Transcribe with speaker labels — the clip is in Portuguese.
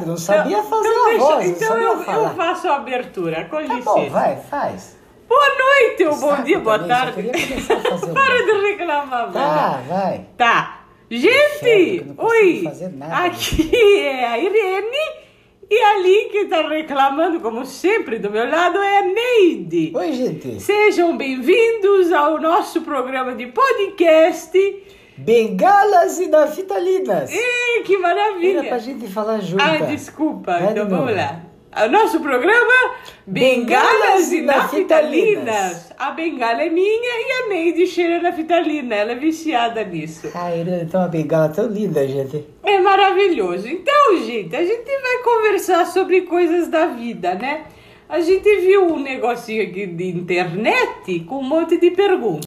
Speaker 1: Eu não sabia fazer
Speaker 2: então,
Speaker 1: a
Speaker 2: deixa-
Speaker 1: voz, não
Speaker 2: então
Speaker 1: sabia
Speaker 2: eu,
Speaker 1: falar.
Speaker 2: eu faço a abertura, com
Speaker 1: Tá
Speaker 2: licença.
Speaker 1: bom, vai, faz.
Speaker 2: Boa noite, ou Então, bom
Speaker 1: Saco
Speaker 2: dia, boa
Speaker 1: também, só
Speaker 2: tarde.
Speaker 1: queria começar a fazer o
Speaker 2: Para
Speaker 1: bem.
Speaker 2: de reclamar, mano.
Speaker 1: Tá, vai.
Speaker 2: Tá.
Speaker 1: Inferno, que
Speaker 2: Gente,
Speaker 1: eu não consigo
Speaker 2: oi.
Speaker 1: fazer nada. né?
Speaker 2: Aqui é a Irene e ali que tá reclamando, como sempre, do meu lado é a Neide.
Speaker 1: Oi, gente.
Speaker 2: Sejam bem-vindos ao nosso programa de podcast.
Speaker 1: Bengalas e Daftalinas.
Speaker 2: Ih, que
Speaker 1: Era pra
Speaker 2: maravilha.
Speaker 1: gente falar junto.
Speaker 2: Ah, desculpa.
Speaker 1: Vai de
Speaker 2: então
Speaker 1: novo.
Speaker 2: vamos lá. O nosso programa Bengalas
Speaker 1: Bengalas
Speaker 2: e
Speaker 1: e
Speaker 2: Naftalinas. A bengala é minha e a Neide cheira naftalina. Ela é viciada nisso.
Speaker 1: Ai, Irene, tem uma bengala tão linda, gente.
Speaker 2: É maravilhoso. Então, gente, a gente vai conversar sobre coisas da vida, né? A gente viu um negocinho aqui de internet com um monte de perguntas.